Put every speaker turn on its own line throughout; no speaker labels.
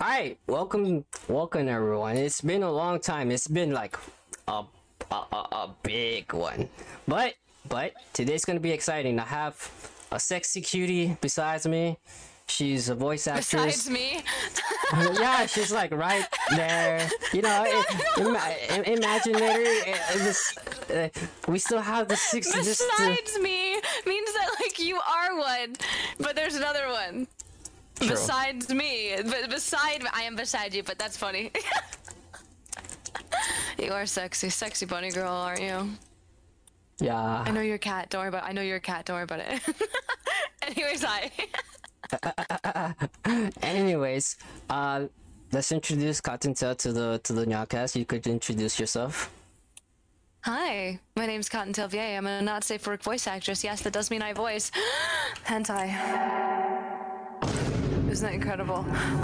Hi, welcome, welcome everyone. It's been a long time. It's been like a a, a, a big one, but but today's gonna be exciting. I have a sexy cutie besides me. She's a voice actress.
Besides me,
yeah, she's like right there. You know, i- ima- im- imagine later. i- i- this, uh, we still have the six. just the-
besides me means that like you are one, but there's another one. Besides me, but beside I am beside you, but that's funny. you are sexy, sexy bunny girl, aren't you? I
yeah.
know you're a cat. Don't worry about. I know you're a cat. Don't worry about it. Anyways, hi.
Anyways, uh, let's introduce Cottontail to the to the Nyawcast. You could introduce yourself.
Hi, my name's Cottontail Vieille. I'm a not safe for work voice actress. Yes, that does mean I voice. Hentai. Isn't that incredible?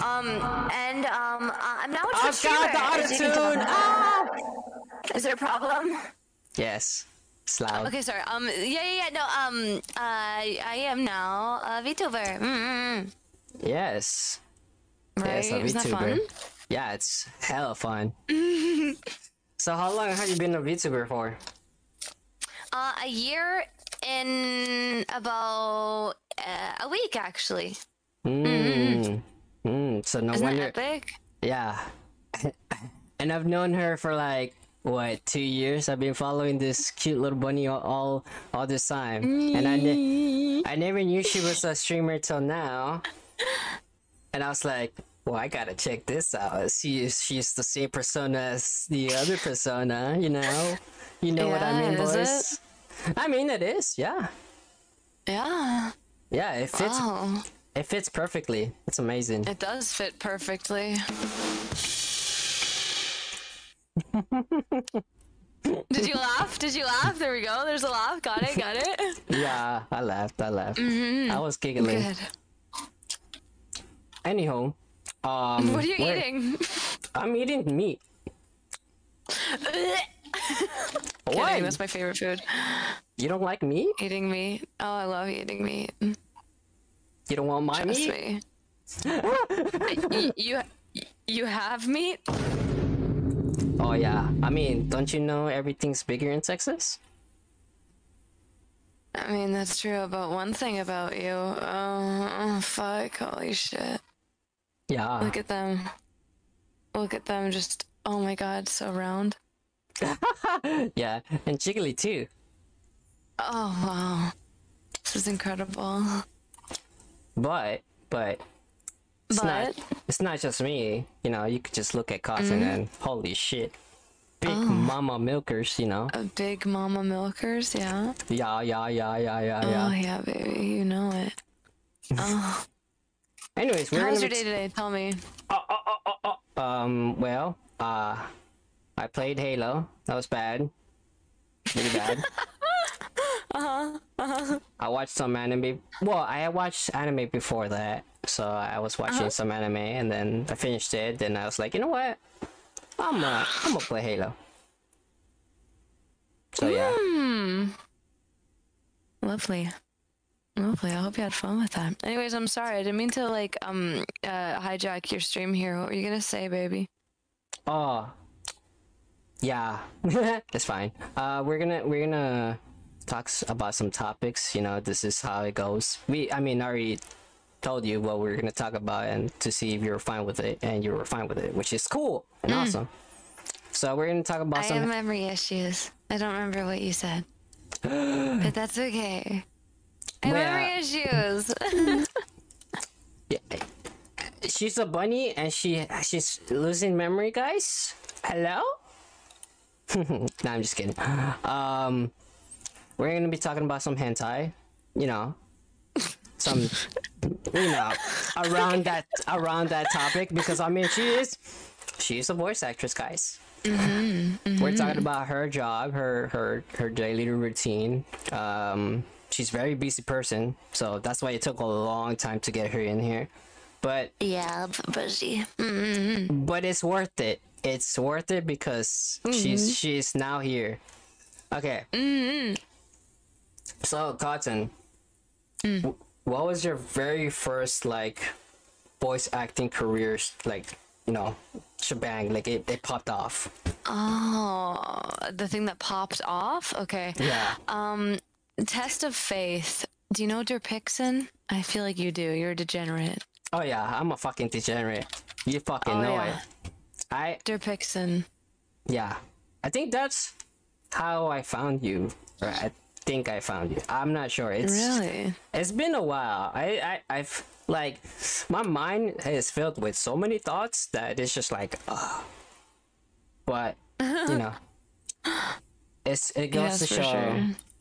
Um, and um, I- I'm now a Twitch
I've got the
streamer, as you can
autotune. Ah!
tell. Is there a problem?
Yes, it's loud.
Okay, sorry. Um, yeah, yeah, yeah. No, um, I, I am now a VTuber. Mm, Mm-mm.
Yes.
Right?
Yes, a
Isn't that
VTuber.
fun?
Yeah, it's hella fun. so how long have you been a VTuber for?
Uh, a year in about uh, a week, actually.
Mm. Mm. So no
Isn't
wonder.
that epic?
Yeah. and I've known her for like what two years? I've been following this cute little bunny all all, all this time, and I ne- I never knew she was a streamer till now. And I was like, well, I gotta check this out. See if she's the same persona as the other persona. You know, you know what I
Yeah,
mean,
is
boys. I mean, it is. Yeah,
Yeah. Oh.
yeah. It fits.
Wow.
It fits perfectly. It's amazing.
It does fit perfectly. Did you laugh? Did you laugh? There we go. There's a laugh. Got it. Got it.
Yeah, I laughed. I laughed. I was giggling.
Mm-hmm. Good.
Anyhow, um,
What are you
where-
eating?
I'm eating meat.
Kidding,
What?
that's my favorite food.
You don't like meat?
Eating meat. Oh, I love eating meat.
You don't want my
Trust
meat?
me. Y- you you have meat?
Oh yeah. I mean, don't you know everything's bigger in Texas?
I mean, that's true about one thing about you. Oh, oh, fuck. Holy shit.
Yeah.
Look at them. Look at them just. Oh my god, so round.
yeah, and Jiggly too.
Oh wow. This is incredible.
But but it's not
But Mm-hmm.
it's not just me. You know, you could just look at Cotton and holy shit. Big
Oh.
mama milkers, you know.
a big mama milkers, yeah.
Yeah, yeah, yeah, yeah, yeah,
Oh
yeah.
yeah, baby, you know it. Oh.
Anyways, we're
How
gonna
was your
be
day today? Tell me.
Um, well, uh, I played Halo. That was bad. Pretty bad. uh-huh, uh-huh. I watched some anime. Well, I watched anime before that. So I was watching some anime and then I finished it. Then I was like, you know what? I'm uh, I'm gonna play Halo. So yeah.
Hmm. Lovely. Lovely. I hope you had fun with that. Anyways, I'm sorry. I didn't mean to like um uh hijack your stream here. What were you gonna say, baby?
Oh. Yeah. That's fine. Uh we're gonna we're gonna talk s- about some topics, you know, this is how it goes. We I mean I already told you what we are gonna talk about and to see if you were fine with it and you were fine with it, which is cool and awesome. So we're gonna talk about
I have
some
memory issues. I don't remember what you said. but that's okay. I have
Well-
memory issues.
she's a bunny and she she's losing memory guys hello no i'm just kidding um we're gonna be talking about some hentai you know some you know around that around that topic because i mean she is she's a voice actress guys we're talking about her job her her her daily routine um she's a very busy person so that's why it took a long time to get her in here but
yeah, busy.
but it's worth it. It's worth it because
Mm-hmm.
she's she's now here. Okay. mm
Mm.
So Cotton, w- what was your very first like voice acting careers like you know shebang like it, it popped off
Oh, the thing that popped off? Okay.
yeah
Um, test of faith. Do you know Derpixen? I feel like you do. You're a degenerate.
oh yeah i'm a fucking degenerate you fucking
Oh,
know
yeah.
it i
Derpixen.
yeah i think that's how i found you or i think i found you i'm not sure it's
Really?
it's been a while i i i've like my mind is filled with so many thoughts that it's just like uh but you know it's it goes
Yes,
to
for
show
sure.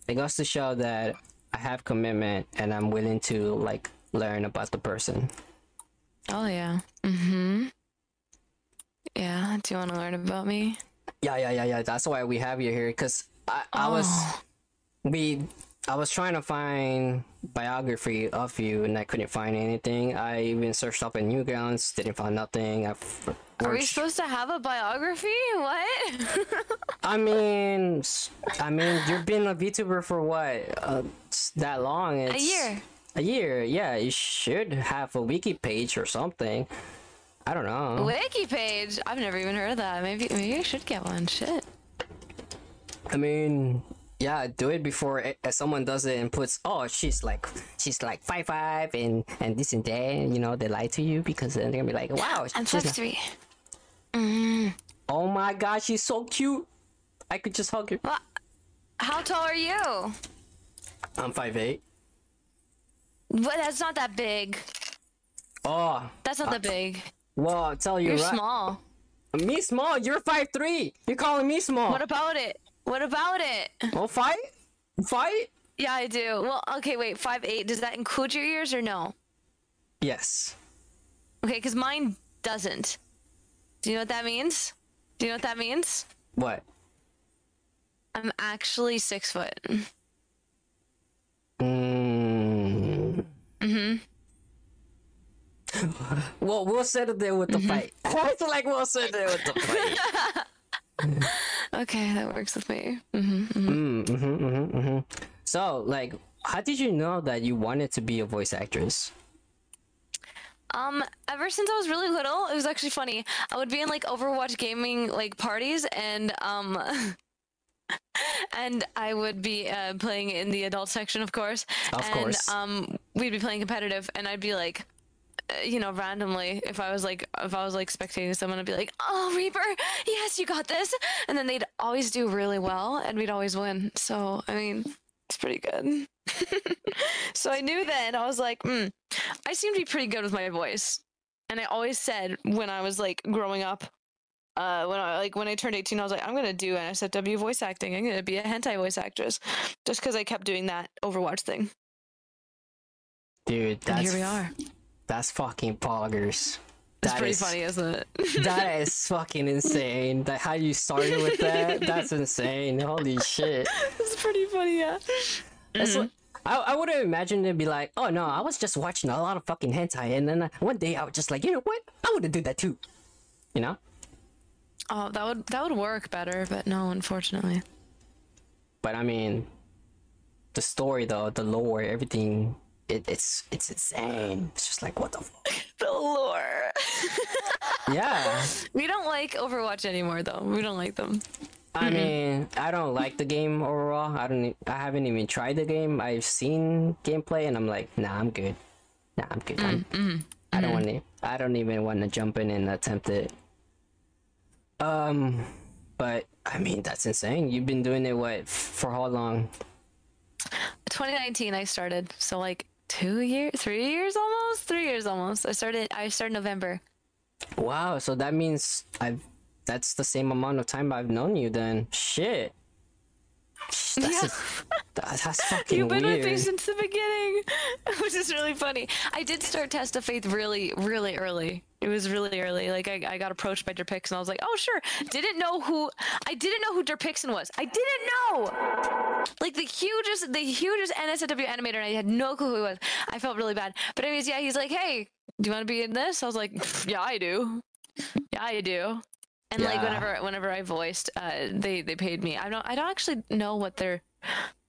it goes to show that i have commitment and i'm willing to like learn about the person
Oh yeah. Mm-hmm. Yeah. Do you want to learn about me?
yeah yeah yeah yeah that's why we have you here because i i was
Oh,
we I was trying to find biography of you and I couldn't find anything. I even searched up in Newgrounds, didn't find nothing. I, f-
Are we
searched-
supposed to have a biography? What?
I mean, s- I mean, you've been a VTuber for what uh, s- that long? It's,
year.
A year, yeah. You should have a wiki page or something. I don't know.
Wiki page. I've never even heard of that. Maybe maybe I should get one. Shit.
I mean, yeah, do it before it, uh, someone does it and puts, oh, she's like, she's like five five and and this and that. and, You know, they lie to you because then they're gonna be like, wow,
I'm
she's
five
not-
three.
oh my god, she's so cute. I could just hug her.
What? How tall are you?
I'm five eight.
What? That's not that big.
Oh,
That's not that big.
well, I tell you
You're
right,
small.
me small. You're five three. You're calling me small.
What about it? What about it?
Oh, fight, fight.
Yeah, I do. Well, okay, wait. Five eight. Does that include your ears or no?
Yes.
Okay, because mine doesn't. Do you know what that means? Do you know what that means?
What?
I'm actually six foot.
Mm. Mm-hmm. Well, we'll settle there with the fight. I feel like we'll settle there with the fight.
Okay, that works with me.
Mm-hmm, so, like, how did you know that you wanted to be a voice actress?
Um, ever since I was really little, it was actually funny. I would be in like Overwatch gaming like parties, and um, and I would be uh, playing in the adult section, of course.
Of
and,
course.
Um, we'd be playing competitive, and I'd be like, uh, you know, randomly, if I was like, if I was like spectating someone, I'd be like, "Oh, Reaper, yes, you got this," and then they'd always do really well, and we'd always win. So, I mean, it's pretty good. so I knew then. I was like, mm, I seem to be pretty good with my voice, and I always said when I was like growing up. Uh, when I like when I turned 18, I was like, I'm gonna do NSFW voice acting. I'm gonna be a hentai voice actress, just because I kept doing that Overwatch thing.
Dude,
And
that's
here we are.
that's fucking poggers.
It's
That
pretty
is-
funny, isn't it?
That is fucking insane. That how you started with that. That's insane. Holy shit.
it's pretty funny, yeah.
It's like- I, I would have imagined it'd be like, oh no, I was just watching a lot of fucking hentai, and then uh, one day I was just like, you know what? I want to do that too. You know?
Oh, that would that would work better, but no, unfortunately.
But I mean, the story though, the lore, everything, it, it's it's insane. It's just like what the fuck?
The lore.
Yeah.
We don't like Overwatch anymore, though. We don't like them. Mm-hmm.
I mean, I don't like the game overall. I don't. e- I haven't even tried the game. I've seen gameplay, and I'm like, nah, I'm good. Nah, I'm good. I'm,
Mm,
I don't want to. I don't even want to jump in and attempt it. Um, but I mean, that's insane. You've been doing it what f- for how long?
2019, I started, so like two years, three years almost, three years almost. I started. I started November.
Wow. So that means I've. That's the same amount of time I've known you. Then shit. That's
Yeah.
that- that's fucking
You've been
weird.
with me since the beginning, which is really funny. I did start Test of Faith really, really early. It was really early. Like I, I got approached by Derpixen. I was like, oh sure. Didn't know who I didn't know who Derpixen was. I didn't know. Like the hugest, the hugest NSFW animator, and I had no clue who he was. I felt really bad. But anyways, yeah, he's like, hey, do you want to be in this? I was like, yeah, I do. Yeah, I do. And like
Yeah.
whenever whenever I voiced, uh, they they paid me. I don't I don't actually know what their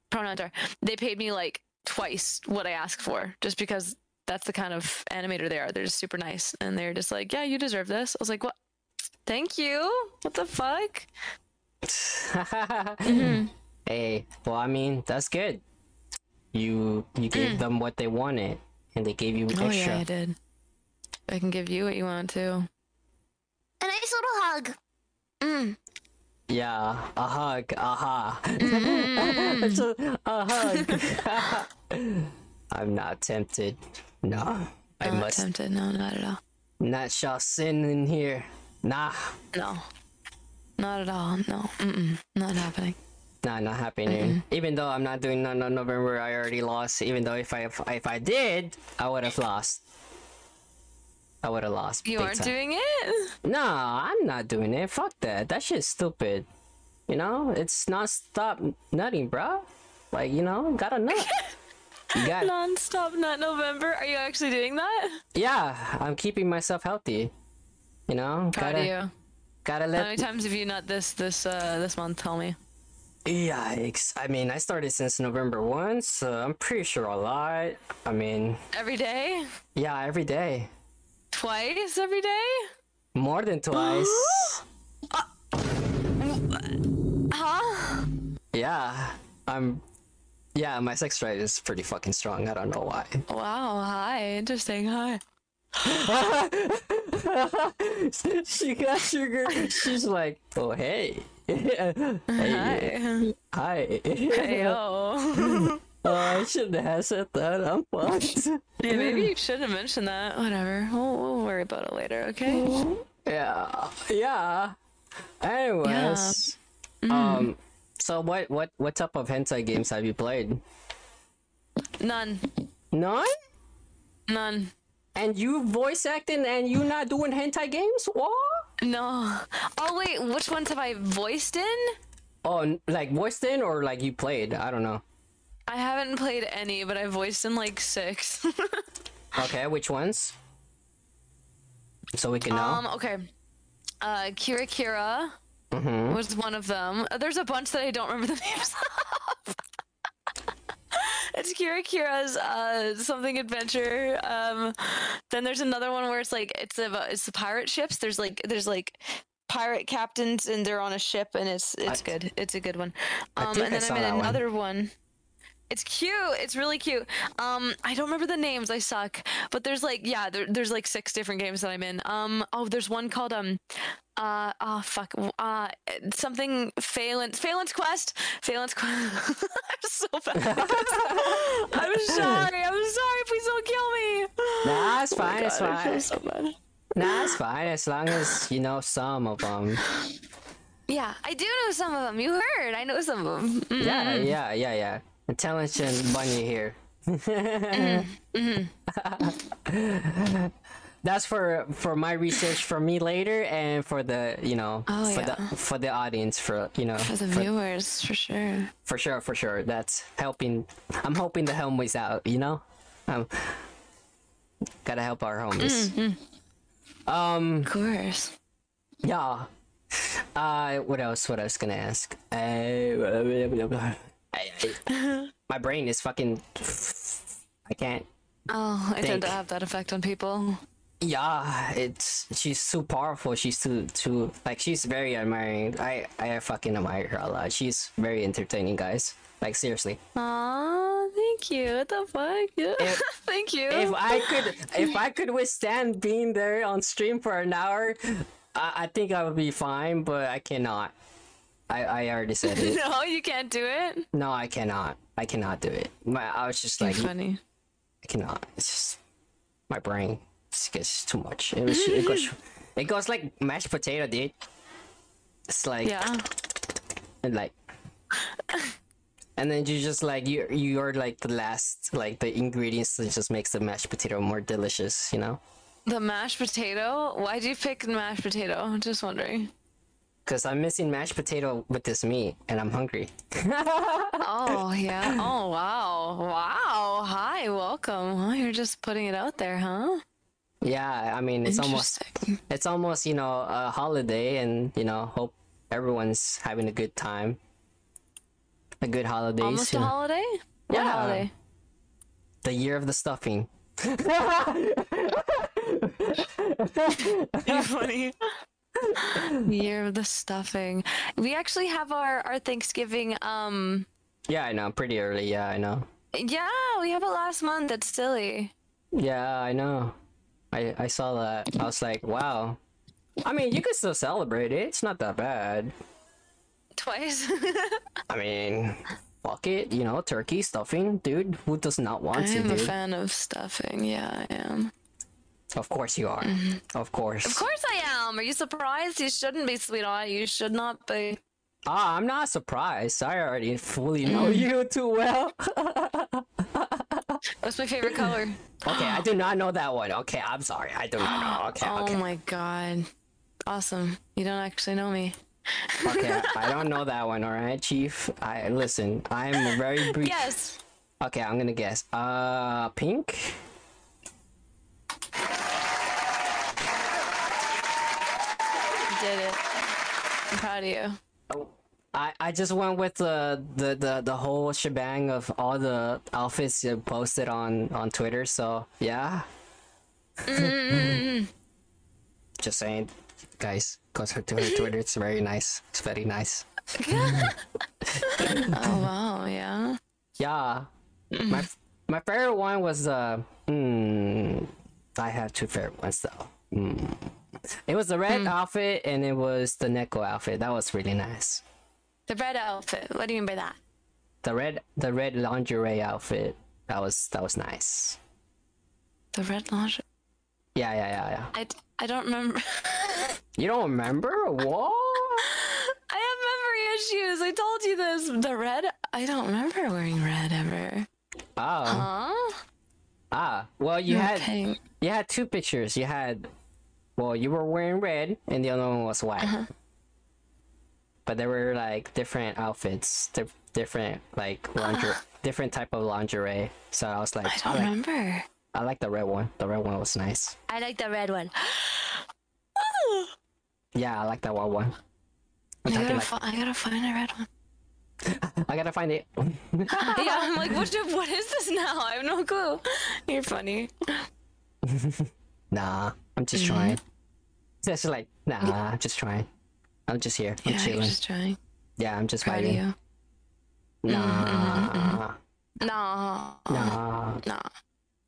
pronouns are. They paid me like twice what I asked for, just because that's the kind of animator they are. They're just super nice, and they're just like, yeah, you deserve this. I was like, what? Thank you. What the fuck? Mm-hmm.
Hey, well, I mean, that's good. You you gave them what they wanted, and they gave you extra.
Mm. Oh yeah, I did. I can give you what you want too.
A nice little hug.
Mm.
Yeah, a hug, aha.
Mm-hmm.
it's a, a hug. I'm not tempted. No, I
I'm not
must
tempted. No, not at all.
not shall sin in here. Nah,
No, not at all. No, Mm-mm. not happening.
nah, not happening. Even though I'm not doing none on November, I already lost. Even though if I if, I did, I would have lost. I would have lost.
You
big
aren't
time.
doing it.
Nah, I'm not doing it. Fuck that. That shit's stupid. You know, it's not stop nutting, bruh. Like you know, gotta nut. You got
Non-stop Not November. Are you actually doing that?
yeah. I'm keeping myself healthy. You know,
Proud
gotta
of you.
gotta
How many
let.
times have you not this this uh this month? Tell me.
Yikes! I mean, I started since November one, so I'm pretty sure a lot. I mean,
Every day,
yeah, every day,
twice every day.
more than twice.
Huh?
yeah, I'm. Yeah, my sex drive is pretty fucking strong. I don't know why.
Wow. Hi. Interesting. Hi.
she got sugar. She's like, oh hey, hey,
Hi.
hi.
Uh-huh. Hey yo.
Oh, I shouldn't have said that. I'm fucked.
Yeah, maybe you shouldn't have mentioned that. Whatever. We'll, we'll worry about it later, okay?
yeah, yeah. Anyways,
Mm.
um, so what, what, what type of hentai games have you played?
None.
None.
None.
And you voice acting, and you not doing hentai games? What?
No. Oh, wait. Which ones have I voiced in?
Oh, n- like voiced in or like you played? I don't know.
I haven't played any, but I voiced in like six.
Okay, which ones? So we can know.
Um, okay. Uh, Kira Kira
Mm-hmm.
was one of them. Uh, There's a bunch that I don't remember the names of. it's Kira Kira's uh, something adventure. Um, then there's another one where it's like it's about it's the pirate ships. There's like there's like pirate captains and they're on a ship and it's it's good. It's a good one.
I
Um,
think
and
I
then
saw
I'm
that
in
one.
another one. It's cute. It's really cute. Um, I don't remember the names. I suck. But there's like, yeah, there, there's like six different games that I'm in. Um, oh, there's one called um, uh, oh fuck, w- uh, something Phalanx Phalanx Quest. Phalanx Quest. I'm so bad. at this. I'm sorry. I'm sorry. Please don't kill me.
Nah,
Oh
it's fine, it's
I feel
fine.
so bad.
Nah, it's fine as long as you know some of them.
Yeah, I do know some of them. You heard. I know some of them. Mm.
Yeah, yeah, yeah, yeah. Intelligent bunny here.
Mm-hmm.
That's for for my research for me later and for the you know
Oh,
for
yeah.
the for the audience for you know
For the viewers, for sure.
for sure for sure that's helping. I'm hoping the homies out you know, um, gotta help our
Mm.
homies. Um.
Of course.
Yeah. Uh, what else? What I was gonna ask? Uh, I, I- my brain is fucking. I can't.
Oh, I tend
Think.
to have that effect on people.
Yeah, it's she's too powerful. She's too too like she's very admiring. I I fucking admire her a lot. She's very entertaining, guys. Like seriously,
Aw, thank you. What the fuck? Yeah.
If-
thank you.
if I could if I could withstand being there on stream for an hour, I, I think I would be fine. But I cannot. I I already said it.
no, you can't do it.
No, I cannot. I cannot do it. My, I was just like, I
Funny.
cannot. It's just my brain. It's gets too much. It, was, it goes, it goes like mashed potato, dude. It's like,
Yeah.
and like, and then you just like you you're like the last like the ingredients that just makes the mashed potato more delicious. You know,
The mashed potato. Why'd you pick mashed potato? Just wondering.
because I'm missing mashed potato with this meat, and I'm hungry.
Oh yeah. Oh wow. Wow. Hi. Welcome. Well, you're just putting it out there, huh?
Yeah, I mean, it's almost
Interesting.
it's almost you know a holiday and you know hope everyone's having a good time a good holidays
Almost
you
a
know.
holiday. What
Yeah.
holiday?
the year of the stuffing
funny. Year of the stuffing. We actually have our our Thanksgiving. Um,
yeah, I know. Pretty early. Yeah, I know.
yeah, we have it last month. That's silly.
Yeah, I know. I I saw that. I was like, wow. I mean, you could still celebrate it. It's not that bad.
Twice.
I mean, fuck it. You know, turkey stuffing, dude. Who does not want to,
I'm a
dude?
fan of stuffing. Yeah, I am.
Of course you are. Of course.
Mm-hmm. Of course I am. Are you surprised? You shouldn't be, sweetheart. You should not be.
Ah, I'm not surprised. I already fully know you too well.
What's my favorite color?
Okay, I do not know that one. Okay, I'm sorry. I do not know. Okay,
oh
okay.
my god. Awesome. You don't actually know me.
Okay, I don't know that one, alright, Chief? I listen, I'm very brief.
Yes.
Okay, I'm gonna guess. Uh, pink?
You did it. I'm proud of you.
I, I just went with the, the, the, the whole shebang of all the outfits you posted on, on Twitter, so yeah. just saying, guys, go to to her Twitter, it's very nice. It's very nice.
Oh wow, yeah.
Yeah. My my favorite one was uh hmm, I have two favorite ones though. Hmm. It was the red outfit and it was the Neko outfit. That was really nice.
The red outfit. What do you mean by that?
The red the red lingerie outfit. That was that was nice.
The red lingerie.
Yeah, yeah, yeah, yeah.
I, I don't remember.
You don't remember? What?
I have memory issues. I told you this. The red. I don't remember wearing red ever.
Oh.
Huh?
Ah. Well you had
Pink.
you had two pictures. You had well, you were wearing red and the other one was white.
Uh-huh.
But they were like different outfits, di- different like lingerie, different type of lingerie. So I was like, I,
Ah. I don't
like,
remember.
I like the red one. The red one was nice.
I like the red one.
Yeah, I like that one. One. I'm
I
talking
gotta,
like,
fi- I gotta find a red one.
I gotta find it.
yeah, I'm like, what, do- what is this now? I have no clue. You're funny.
nah, I'm just
Mm-hmm.
trying. So it's like, nah, I'm just trying. I'm just here. I'm
Yeah, you're
chilling.
just trying.
Yeah, I'm just
Proud of Mm-hmm,
vibing.
you.
Nah,
Nah.
nah.
Nah.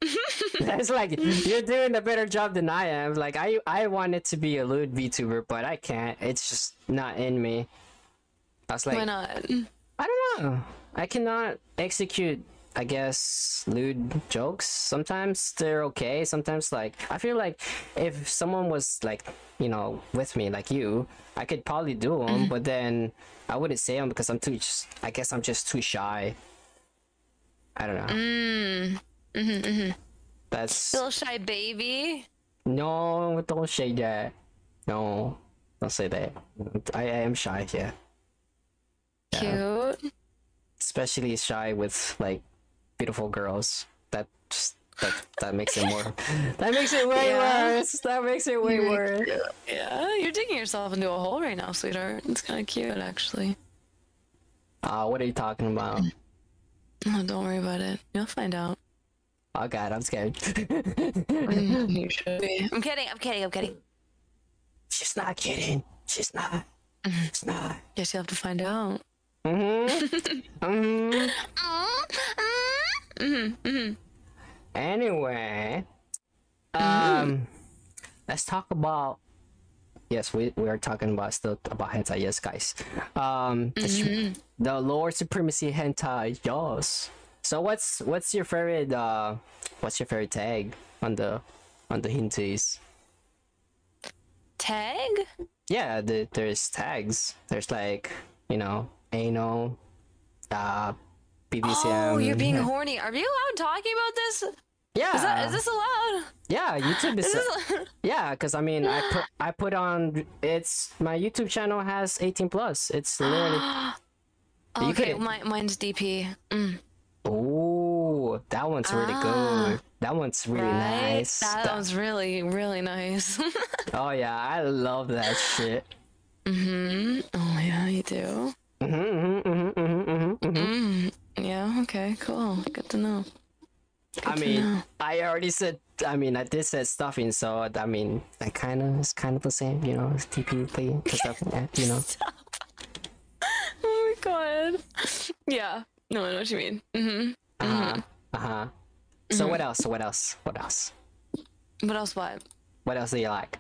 It's like you're doing a better job than I am. Like I, I wanted to be a lewd VTuber, but I can't. It's just not in me. I was like,
Why not?
I don't know. I cannot execute. I guess lewd jokes. Sometimes they're okay. Sometimes like I feel like if someone was like you know with me like you, I could probably do them. But then I wouldn't say them because I'm too. Just, I guess I'm just too shy. I don't know. That's
Little shy baby.
no, don't say that. No, don't say that. I, I am shy, yeah.
Cute.
Especially shy with like beautiful girls. That just that that makes it more. that makes it way
Yeah.
worse. That makes it way worse.
Yeah, you're digging yourself into a hole right now, sweetheart. It's kind of cute, actually.
Uh, what are you talking about?
Oh, don't worry about it. You'll find out.
Oh god, I'm scared.
you should be.
I'm kidding. I'm kidding. I'm kidding.
She's not kidding. She's not. She's not.
Guess you'll have to find out.
Mm-hmm. Anyway, um, let's talk about. Yes, we, we are talking about still about hentai. Yes, guys. Um, the su- the Lord Supremacy hentai. Yes. So what's what's your favorite uh what's your favorite tag on the on the hentais?
Tag?
Yeah, the, there's tags. There's like you know anal, uh, BBCM.
Oh, you're being horny. Are you allowed talking about this? Is,
yeah.
that, is this allowed?
yeah, YouTube is.
Is this,
Yeah, because I mean, I put I put on it's my YouTube channel has 18 plus. It's literally You
okay,
couldn't-
my, mine's DP. Mm,
oh that one's really good. That one's really
Ah. right?
nice.
That,
That-
was really, really nice.
oh yeah, I love that shit.
oh, yeah, you do. Mm,
Mm-hmm, hmm hmm hmm
Yeah, okay, cool. Good to know.
I mean, I already said. I mean, I did said stuffing, so I mean, that kind of is kind of the same, you know. It's TP play, stuffing, eh, you know.
Oh my god. Yeah. No, I know what you mean. Mm-hmm.
Uh huh. Uh huh. So what else? What else? What else?
What else? What?
What else do you like?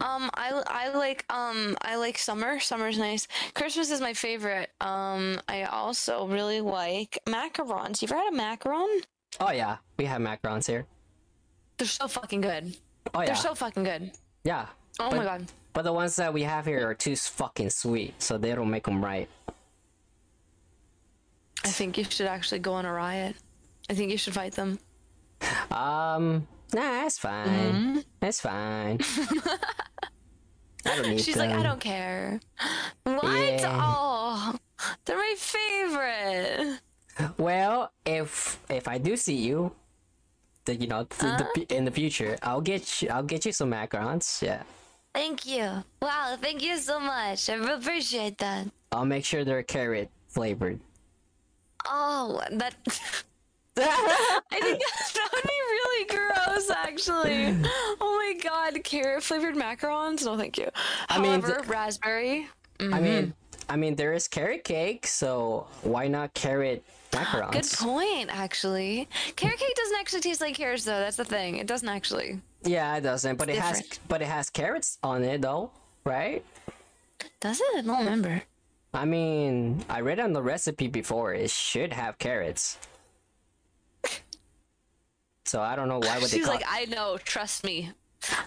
Um, I, I like um I like summer. Summer's nice. Christmas is my favorite. Um, I also really like macarons. You ever had a macaron?
Oh yeah, we have macarons here.
They're so fucking good.
Oh yeah,
They're so fucking good.
yeah.
Oh
but,
my god.
But the ones that we have here are too s- fucking sweet, so they don't make them right.
I think you should actually go on a riot. I think you should fight them.
Um, nah, it's
Mm-hmm.
fine. It's fine. I don't need
She's like, I
them.
don't care. What?
Yeah.
Oh, they're my favorite.
Well, if if I do see you, the, you know, th-
Uh-huh.
the, fu- in the future, I'll get you. I'll get you some macarons. Yeah,
Thank you. Wow, thank you so much. I really appreciate that.
I'll make sure they're carrot flavored.
Oh, that. I think that would be really gross, actually. Oh my god, carrot flavored macarons? No, thank you.
I mean,
However, raspberry.
I
Mm-hmm.
mean, I mean, there is carrot cake, so why not carrot macarons?
Good point, actually. Carrot cake doesn't actually taste like carrots, though. That's the thing. It doesn't actually.
Yeah, it doesn't, but it has,
different.
but it has carrots on it though, right?
Does it? I don't remember.
I mean, I read on the recipe before; it should have carrots. So I don't know why would they
She's
call.
like, I know. Trust me.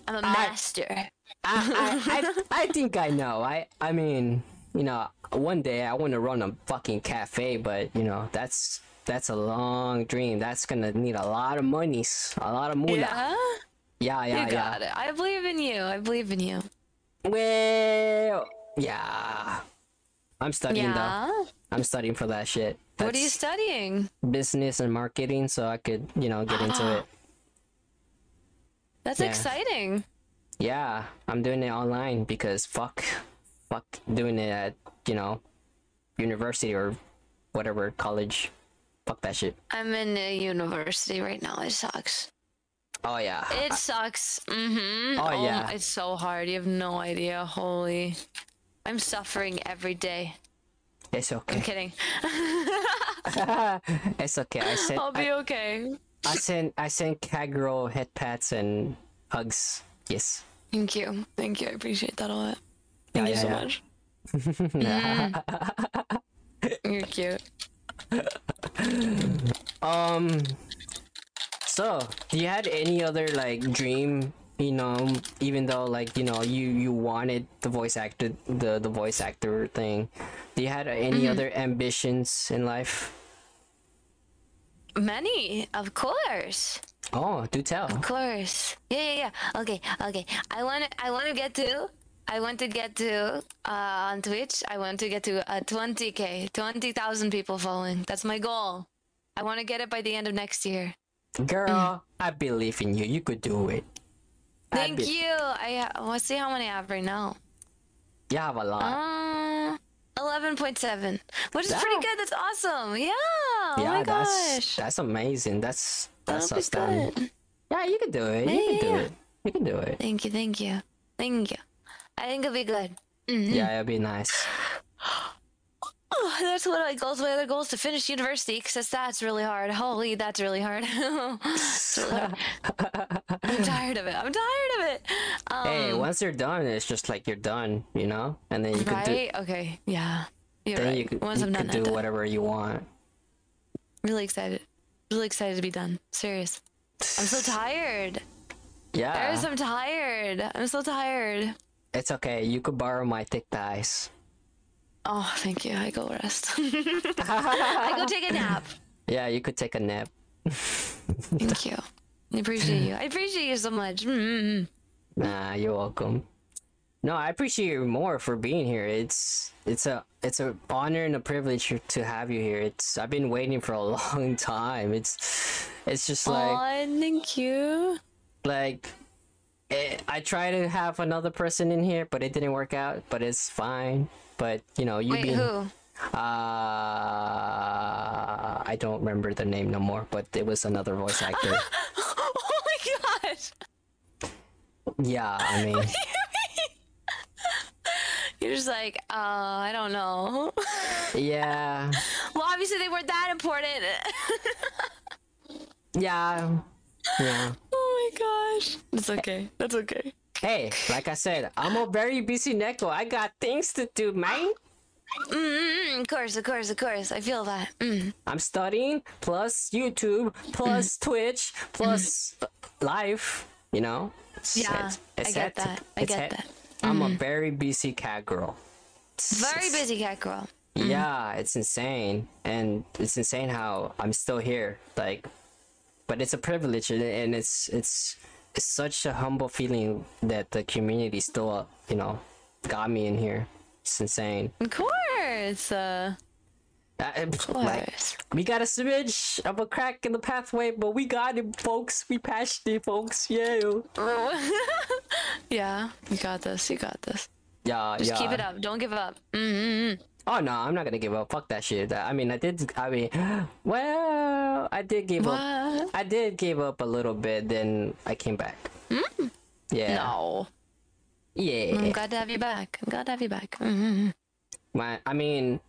I'm a
I-
master.
I, I, I, I think I know. I I mean, you know, one day I want to run a fucking cafe, but you know, that's that's a long dream. That's gonna need a lot of monies, a lot of moolah. Yeah,
Yeah?
yeah, yeah.
You got it. I believe in you. I believe in you.
Well, yeah. I'm studying
Yeah.
though. I'm studying for that shit. That's
What are you studying?
business and marketing, so I could you know get into it.
That's
Yeah.
exciting.
Yeah, I'm doing it online because fuck, fuck doing it at you know, university or whatever college. Fuck that shit.
I'm in a university right now. It sucks.
Oh yeah.
It sucks. Mm-hmm.
Oh, yeah.
It's so hard. You have no idea. Holy. I'm suffering every day.
It's
I'm
okay.
kidding.
It's okay. I sent
I'll
I,
be okay.
I sent I sent Kagro head pats and hugs. Yes.
Thank you. Thank you. I appreciate that a lot. Thank you
yeah,
so
yeah.
much. Mm. You're cute.
Um so, do you had any other like dream, you know, even though like, you know, you you wanted the voice actor the the voice actor thing. Do you had any
Mm-hmm.
other ambitions in life?
Many, of course.
Oh, do tell.
Of course. Yeah, yeah, yeah. Okay, okay. I want to I want to get to I want to get to uh, on Twitch. I want to get to uh, 20k, 20,000 people following. That's my goal.
I want to get it by the end of next year. Mm.
Girl, I believe in you. You could do it. I
Thank
be-
you. I ha- let's see how many I have right now.
You have a lot.
Um, eleven point seven, which is
Uh. Wow.
pretty good. That's awesome. Yeah. oh
yeah,
my
that's
gosh.
that's amazing. That's that's
That'll be
outstanding.
good.
Yeah, you could do it. You could do
Yeah.
it. You can do it.
Thank you. Thank you.
Thank you. I think it'll be good.
Mm.
Yeah, it'd be nice.
Oh, that's one of my goals. My other goal is to finish university because that's really hard. Holy, that's really hard. It's really hard. I'm tired of it. I'm tired of it. Um,
Hey, once you're done, it's just like you're done, you know? And then you could do
right? okay. Yeah. You're
then
right.
you could,
Once
you
I'm done,
could
I'm
do
done.
whatever you want.
Really excited. Really excited to be done. Serious. I'm so tired.
Yeah. Ah.
Iris, I'm tired. I'm so tired.
It's okay. You could borrow my thick thighs.
Oh, thank you. I go rest.
I go take a nap.
Yeah, you could take a nap.
thank you. I appreciate you. I appreciate you so much. Mm-hmm.
Nah, you're welcome. No, I appreciate you more for being here. It's it's a it's a honor and a privilege to have you here. It's I've been waiting for a long time. It's it's just like
Aw, thank you.
like eh, I try to have another person in here, but it didn't work out. But it's fine. But you know, you
Wait,
being
who?
Uh, I don't remember the name no more, but it was another voice actor.
oh my gosh!
yeah, I mean,
You're just like, uh, I don't know.
yeah,
well, obviously they weren't that important.
yeah, yeah.
oh my gosh! It's okay. That's okay.
Hey, like I said, I'm a very busy Neko. I got things to do, man.
Mm-hmm.
Mm, of course, of course, of course. I feel that. Mm.
I'm studying, plus YouTube, plus Twitch, plus uh, life. You know. It's-
Yeah,
it's- it's
I get
hectic.
that. I
It's
get
hec-
that. Mm-hmm.
I'm a very busy cat girl.
Very busy cat girl.
Mm-hmm.
Yeah, it's insane, and it's insane how I'm still here. Like, but it's a privilege, and, and it's it's it's such a humble feeling that the community still, uh, you know, got me in here. It's insane.
Of course. Uh,
Uh,
of
like,
course.
we got a smidge of a crack in the pathway, but we got it, folks. We passed it, folks. Yeah.
yeah, you got this. You got this.
Yeah.
Just
yeah.
keep it up. Don't give up. Mm.
Oh no, I'm not gonna give up. Fuck that shit. I mean, I did. I mean, well, I did give up.
What?
I did give up a little bit. Then I came back. Yeah.
Hmm? No. Hmm.
Yeah.
I'm glad to have you back. I'm glad to have you back. Mm-hmm.
My. I mean,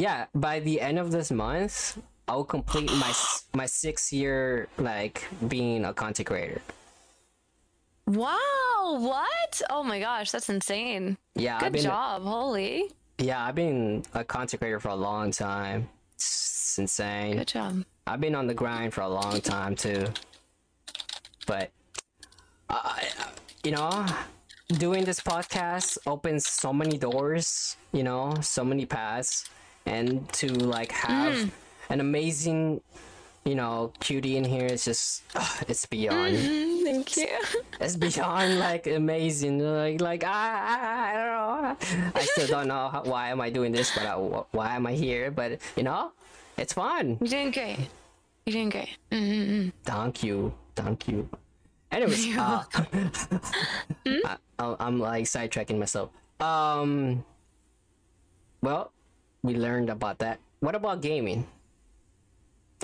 yeah. By the end of this month, I'll complete my s- my six year like being a content creator.
Wow. What? Oh my gosh, that's insane.
Yeah. I've
Good
been,
job. Holy.
Yeah, I've been a content creator for a long time. It's insane.
Good job.
I've been on the grind for a long time too. But I, I- you know, doing this podcast opens so many doors, you know, so many paths and to like have an amazing you know, cutie in here it's just it's beyond
Mm-hmm. Thank you.
it's beyond like amazing. Like, like I, I, I don't know. I still don't know how, why am I doing this, but I, wh- why am I here? But you know, it's fun.
You're doing great. You're doing great.
Thank you, thank you. Anyways, uh,
Hmm?
I, I'm- I'm like sidetracking myself. Um, well, we learned about that. What about gaming?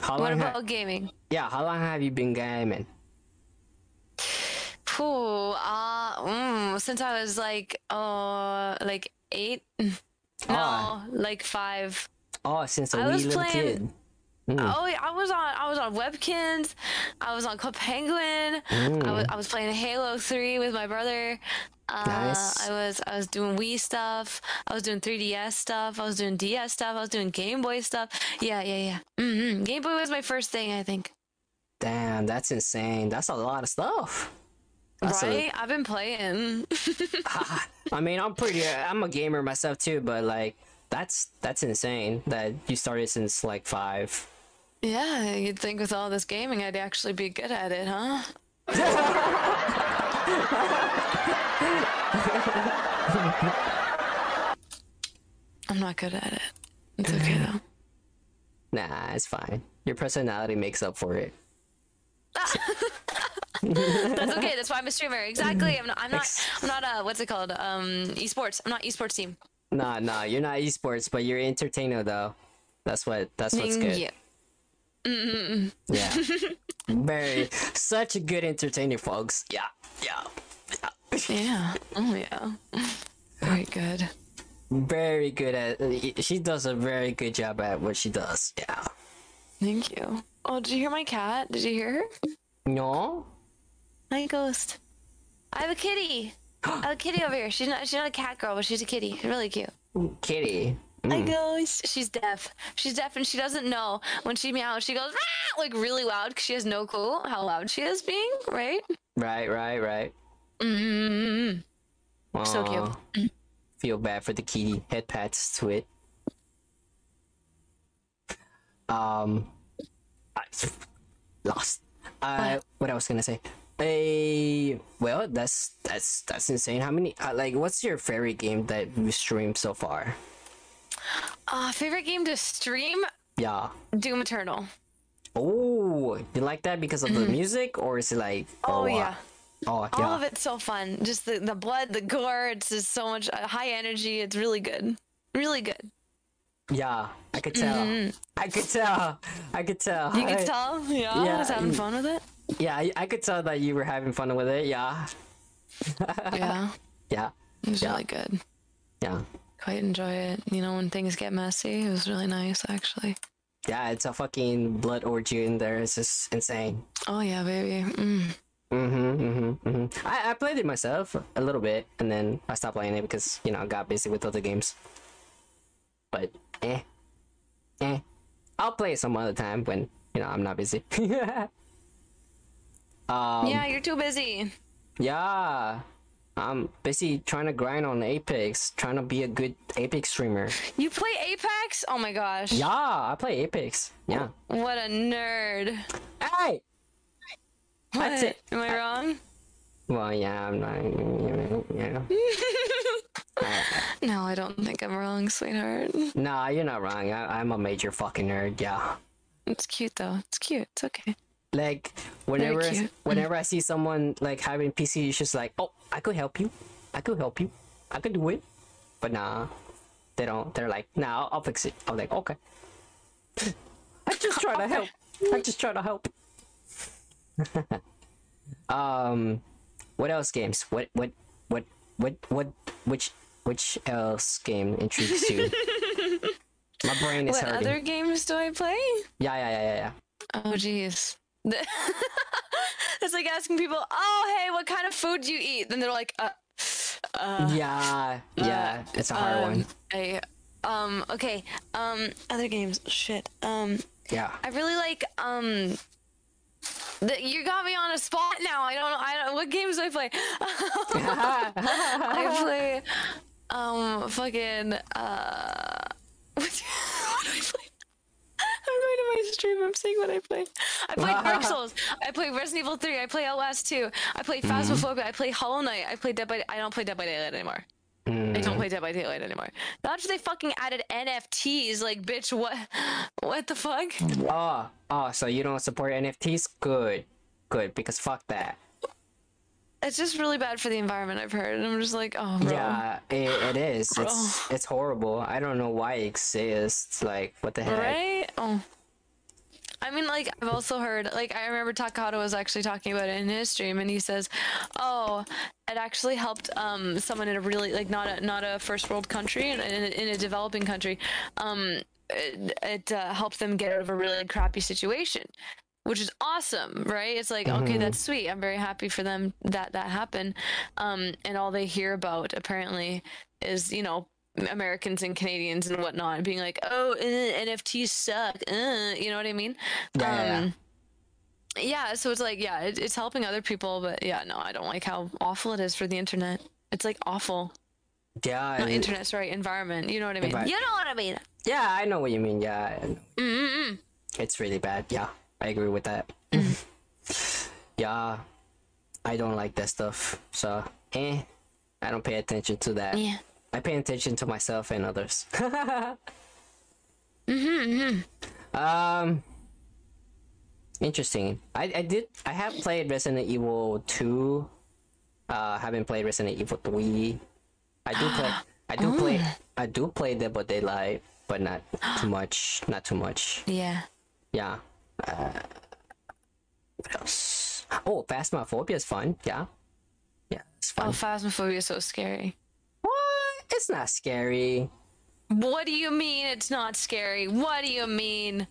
How
What
long? ha-
about gaming?
yeah, how long have you been gaming?
Phew, uh, mm, since I was like, uh, like eight? No,
Ah.
like five.
Oh, since a
I
wee
was
little
playing-
kid. Hmm.
Oh, yeah, I was on, I was on Webkins, I was on Club Penguin, I, was, I was playing Halo Three with my brother. Uh,
Nice.
I was, I was doing Wii stuff, I was doing 3DS stuff, I was doing DS stuff, I was doing Game Boy stuff. Yeah, yeah, yeah. Mm-hmm. Game Boy was my first thing, I think.
Damn, that's insane. That's a lot of stuff. That's a-
right? i I've been playing.
I mean, I'm pretty. I'm a gamer myself too, but like, that's that's insane that you started since like five.
Yeah, you'd think with all this gaming, I'd actually be good at it, huh? I'm not good at it. It's okay though.
Nah, it's fine. Your personality makes up for it.
That's okay. That's why I'm a streamer. Exactly. I'm not. I'm not. I'm not. Uh, what's it called? Um, esports. I'm not esports team.
Nah, nah, you're not esports, but you're entertainer though. That's what. That's what's
Thank
good.
you.
Yeah. Very such a good entertainer, folks. Yeah, yeah.
Yeah. Oh yeah. Very good.
Very good at. She does a very good job at what she does. Yeah.
Thank you. Oh, did you hear my cat? Did you hear her?
No.
My ghost.
I have a kitty. I have a kitty over here. She's not she's not a cat girl, but she's a kitty. Really cute.
Kitty.
My ghost.
She's deaf. She's deaf and she doesn't know. When she meows, she goes "Rah!" like really loud because she has no clue how loud she is being, right?
Right, right, right. Mm-hmm.
So cute.
Feel bad for the kitty. Head pats to it. Um, I lost. Uh, what I was gonna say. A well, that's that's that's insane. How many? Uh, like, what's your favorite game that you streamed so far?
Uh, favorite game to stream?
Yeah.
Doom Eternal.
Oh, you like that because of the music, or is it like?
Mm-hmm. Oh,
uh,
yeah.
Oh yeah.
All of it's so fun. Just the, the blood, the gore. It's just so much uh, high energy. It's really good. Really good.
Yeah, I could tell. I could tell. I could tell.
Mm-hmm. You
I-
could tell. Yeah,
Yeah,
I was having
you-
fun with it.
Yeah, I, I could tell that you were having fun with it. Yeah,
Yeah,
yeah,
it was
Yeah.
really good.
yeah,
Quite enjoy it. You know, when things get messy, it was really nice actually.
yeah. It's a fucking blood orgy in there. It's just insane.
Oh yeah, baby. Mm.
Mm-hmm, hmm hmm I, I played it myself a little bit, and then I stopped playing it because you know I got busy with other games. But eh, eh, I'll play it some other time when you know I'm not busy. um,
yeah, you're too busy.
yeah, I'm busy trying to grind on Apex, trying to be a good Apex streamer.
You play Apex? Oh my gosh.
Yeah, I play Apex. Yeah.
What a nerd.
Hey. That's
What?
it.
Am I wrong?
Well, yeah, I'm not. Uh, Yeah.
No, I don't think I'm wrong, sweetheart.
Nah, you're not wrong. I, I'm a major fucking nerd. Yeah.
It's cute though. It's cute. It's okay.
Like whenever
cute.
whenever I see someone like having PC, it's just like, oh, I could help you. I could help you. I could do it. But nah, they don't. They're like, nah, I'll, I'll fix it. I'm like, okay. I just try to help. I just try to help. um, what else games? What what what what what which which else game intrigues you? My brain is
What
hurting.
other games do I play?
Yeah yeah yeah yeah yeah.
Oh jeez. it's like asking people, "Oh, hey, what kind of food do you eat?" Then they're like, "Uh, uh
Yeah, yeah, it's a hard
um,
one.
I, um, okay. Um, other games. Shit. Um,
Yeah.
I really like. Um, the, you got me on a spot now. I don't know. I don't. What games do I play? I play. Um, fucking. Uh, what, do- what do I play? I'm going to my stream. I'm seeing what I play. I play Dark Souls. I play Resident Evil 3. I play Outlast 2. I play Phasmophobia. I play Hollow Knight. I play Dead by. I don't play Dead by Daylight anymore. I don't play Dead by Daylight anymore. Not if they fucking added NFTs. Like, bitch, what? What the fuck?
Oh, oh, so you don't support NFTs? Good, good, because fuck that.
It's just really bad for the environment. I've heard. And I'm just like, oh, bro.
Yeah, it, it is. It's it's horrible. I don't know why it exists. Like, what the heck?
Right? Oh. I mean, like, I've also heard, like, I remember Takahata was actually talking about it in his stream, and he says, oh, it actually helped um, someone in a really, like, not a, not a first world country, in, in, a, in a developing country, um, it, it uh, helped them get out of a really crappy situation, which is awesome, right? It's like, okay, that's sweet. I'm very happy for them that that happened. Um, and all they hear about, apparently, is, you know, Americans and Canadians and whatnot being like, oh, uh, NFTs suck. Uh, you know what I mean?
Yeah, yeah,
um, yeah. So it's like, yeah, it, it's helping other people, but yeah, no, I don't like how awful it is for the internet. It's like awful.
yeah,
Not
it-
internet, sorry, environment. You know what I mean?
Envi-
you know what I mean?
yeah. I know what you mean. Yeah, I know.
Mm-mm-mm.
it's really bad. Yeah, I agree with that. yeah, I don't like that stuff. So, eh, I don't pay attention to that.
Yeah. Mm-hmm,
I pay attention to myself and others. Um, interesting. I, I did. I have played Resident Evil two. Uh, haven't played Resident Evil three. I do play. I do play.
Oh.
I do play Dead by Daylight, but not too much. Not too much.
Yeah.
Yeah. Uh, what else? Oh, Phasmophobia is fun. Yeah. Yeah, it's fun.
Oh, Phasmophobia is so scary.
What? It's not scary.
What do you mean it's not scary? What do you mean?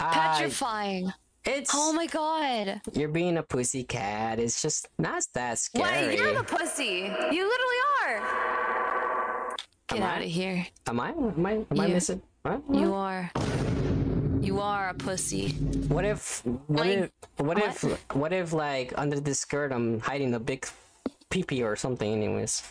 I,
Petrifying.
it's
Oh my god.
you're being a pussy cat. It's just not that scary.
Wait, you're the pussy. You literally are. Get
Am I?
out of here.
Am I? Am I? Am I
You-
missing? What?
You are. You are a pussy.
What if? What
Like,
if? What if? What if? Like under this skirt, I'm hiding a big peepee or something. Anyways,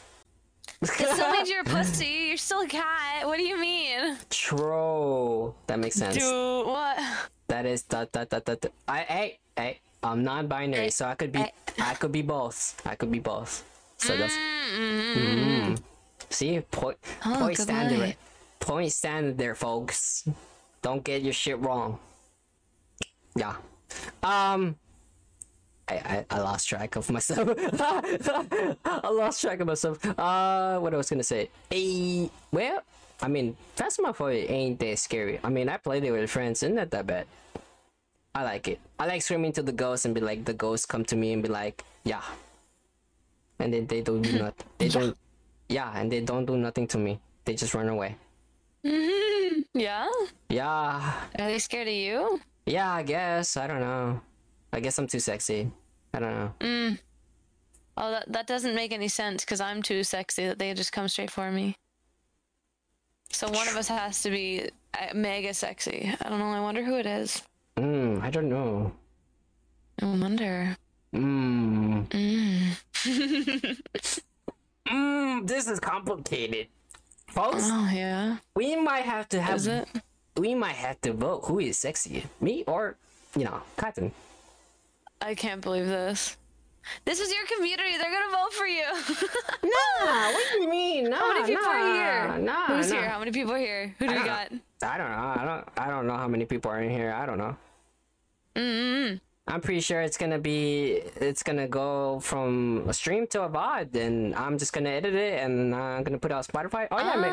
That still means you're a pussy. You're still a cat. What do you mean?
troll. That makes sense.
Do what?
That is that that that that. I hey hey. I'm non-binary, so I could be. I could be both. I could be both. So that's. Mm. See, point point
good
standard.
light.
Point standard there, folks. Don't get your shit wrong. Yeah. Um. I, I, I lost track of myself. I lost track of myself. Uh, what I was gonna say. Eh, well, I mean, Phasma 4 ain't that scary. I mean, I played it with friends, and not that bad. I like it. I like screaming to the ghosts and be like, the ghosts come to me and be like, yeah. And then they don't do not. They don't. Yeah, and they don't do nothing to me. They just run away.
Yeah?
Yeah,
Are they scared of you?
yeah. I guess I don't know. I guess I'm too sexy. I don't know.
Oh, that, that doesn't make any sense because I'm too sexy that they just come straight for me. So one of us has to be uh, mega sexy. I don't know. I wonder who it is.
Mm, I don't know.
I wonder.
Mmm. Mmm. Mmm. This is complicated, folks.
Oh, yeah.
We might have to have.
Is it?
We might have to vote who is sexy, me or, you know, Cotton.
I can't believe this. This is your community. They're going to vote for you.
Nah, Ah, what do you mean? Nah,
How many people are here?
Nah,
Who's
nah. Uh, mm,
here? How many people are here? Who do we got?
I don't know. I don't. I don't know how many people are in here. I don't know. Mm-hmm. I'm pretty sure it's gonna be. It's gonna go from a stream to a VOD, and I'm just gonna edit it, and I'm gonna put it on Spotify. Oh yeah,
Ah.
make,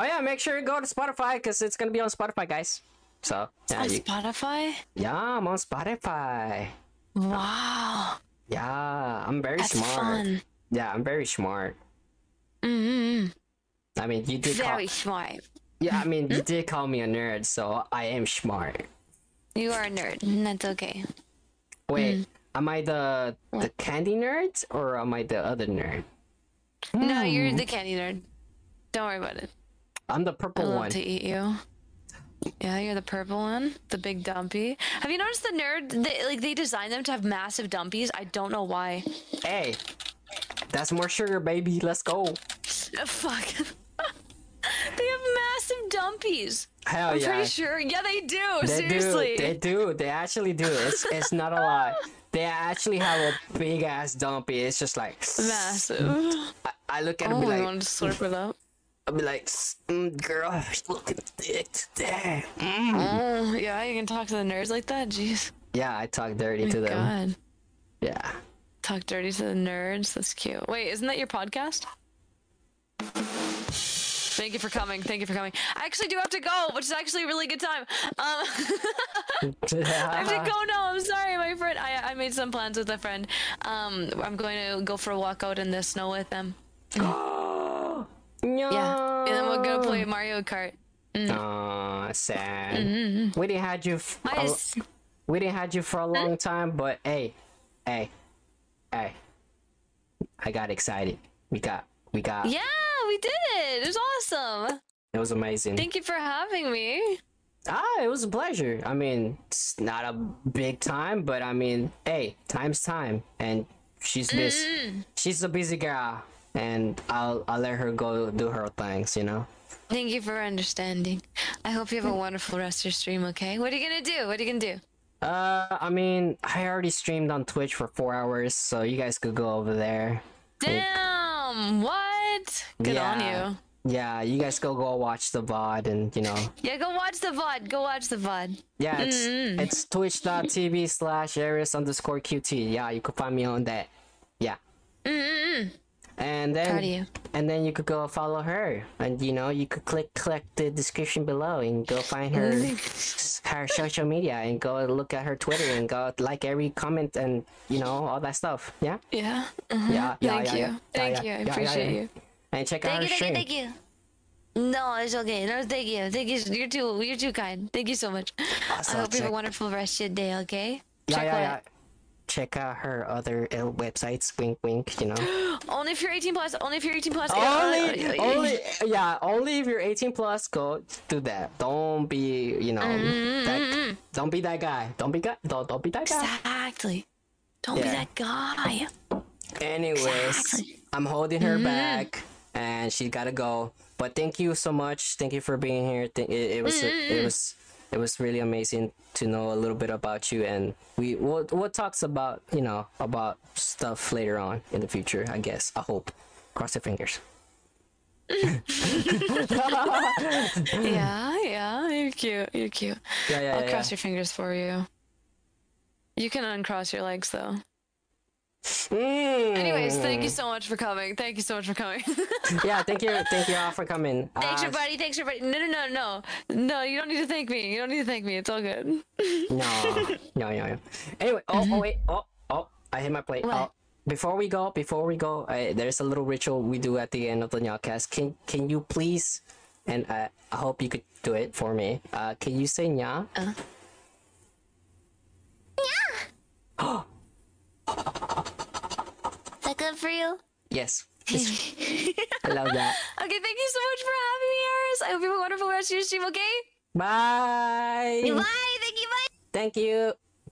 oh yeah, make sure you go to Spotify because it's gonna be on Spotify, guys. So yeah,
On
you-
Ah, Spotify?
yeah, I'm on Spotify.
Wow.
Yeah, I'm very
That's
smart.
fun.
Yeah, I'm very smart.
Mm-hmm.
I mean, you did call.
Very Hmm? smart.
Yeah, I mean, you did call me a nerd, so I am smart.
You are a nerd. and That's okay.
Wait,
Hmm.
am I the the candy nerd or am I the other nerd? Hmm.
No, you're the candy nerd. Don't worry about it.
I'm the
I
purple
love
one.
to eat you. Yeah, you're the purple one, the big dumpy. Have you noticed the nerd? They, like they designed them to have massive dumpies. I don't know why.
Hey, that's more sugar, baby. Let's go.
Uh, fuck. they have massive dumpies.
Hell
I'm
Oh, yeah.
pretty sure. Yeah, they do.
They
Seriously.
do. They do. They actually do. It's it's not a lie. They actually have a big ass dumpy. It's just like
massive.
I, I look at it
oh,
and be
I
like,
wanted to slurp it up.
I'll be like, mm, girl, she's looking thick today. Mm.
Oh, yeah, you can talk to the nerds like that. Jeez.
Yeah, I talk dirty to them.
Oh God.
Yeah.
Talk dirty to the nerds. That's cute. Wait, isn't that your podcast? Thank you for coming. Thank you for coming. I actually do have to go, which is actually a really good time. Um, I have
Uh-huh.
to go now. I'm sorry, my friend. I, I made some plans with a friend. Um, I'm going to go for a walk out in the snow with them.
no.
Yeah. And then we'll go play Mario Kart.
Aw, sad.
Mm-hmm.
We didn't had you. F-
I
a-
just-
we didn't had you for a long time, but hey, hey, hey. I got excited. We got. We got.
yeah, we did it. It was awesome.
It was amazing.
Thank you for having me.
ah, it was a pleasure. I mean, it's not a big time, but I mean, hey, time's time, and she's this.
Mm-hmm.
She's a busy girl, and I'll I'll let her go do her things. You know.
Thank you for understanding. I hope you have a wonderful rest of your stream, okay? What are you gonna do? What are you gonna do?
Uh, I mean, I already streamed on Twitch for four hours, so you guys could go over there.
Damn! What? Good on you.
Oh. Yeah, you guys go go watch the VOD and you know.
Yeah, go watch the VOD. Go watch the VOD.
Yeah, it's
Mm-hmm.
it's twitch.tv slash Aries underscore QT. Yeah, you could find me on that. Yeah. Mm-mm. And then
Mm-hmm. Proud of you.
and then you could go follow her. And you know, you could click click the description below and go find her her social media and go look at her Twitter and go like every comment and you know, all that stuff. Yeah?
Yeah.
Yeah, yeah,
Mm-hmm. Thank
yeah,
you.
yeah,
Thank
yeah,
you. I
yeah, yeah,
appreciate
yeah.
you.
And check out
Thank
her
you, thank you,
stream.
thank you. No, it's okay. No, thank you. Thank you. You're too you're too kind. Thank you so much.
Also,
I hope you have
check-
a wonderful rest of your day, okay?
yeah,
Check
yeah,
what?
yeah. Check out her other uh, websites. Wink, wink. You know.
Only if you're 18 plus. Only if you're 18 plus.
only, only, yeah. Only if you're 18 plus, go do that. Don't be, you know, that, don't be that guy. Don't be guy. Don't, don't be that guy.
Mm-hmm, Exactly. Don't be
Yeah.
that guy.
Anyways, I'm holding
Mm-hmm.
her back, and she gotta go. But thank you so much. Thank you for being here. Th- it, it was,
Mm-hmm.
it was, it was really amazing to know a little bit about you, and we we'll, we'll talks about you know about stuff later on in the future. I guess. I hope. Cross your fingers.
Yeah, yeah. You're cute. You're cute.
Yeah, yeah,
I'll
yeah.
cross your fingers for you. You can uncross your legs though.
Mm.
Anyways, thank you so much for coming. Thank you so much for coming.
Yeah, thank you, thank you all for coming.
Thanks,
Uh,
everybody. Thanks, everybody. No, no, no, no. No, you don't need to thank me. You don't need to thank me. It's all good.
No, no, no, no. Anyway, oh, oh, wait, oh, oh, I hit my plate. Oh,
What?
before we go, before we go, I, there's a little ritual we do at the end of the nyawcast. Can can you please, and I, I hope you could do it for me. Uh, can you say nya?
Is that good for you?
Yes. It's- I love that.
Okay, thank you so much for having me, Iris. I hope you have a wonderful rest of your stream, okay?
Bye.
Bye. Thank you. Bye.
Thank you.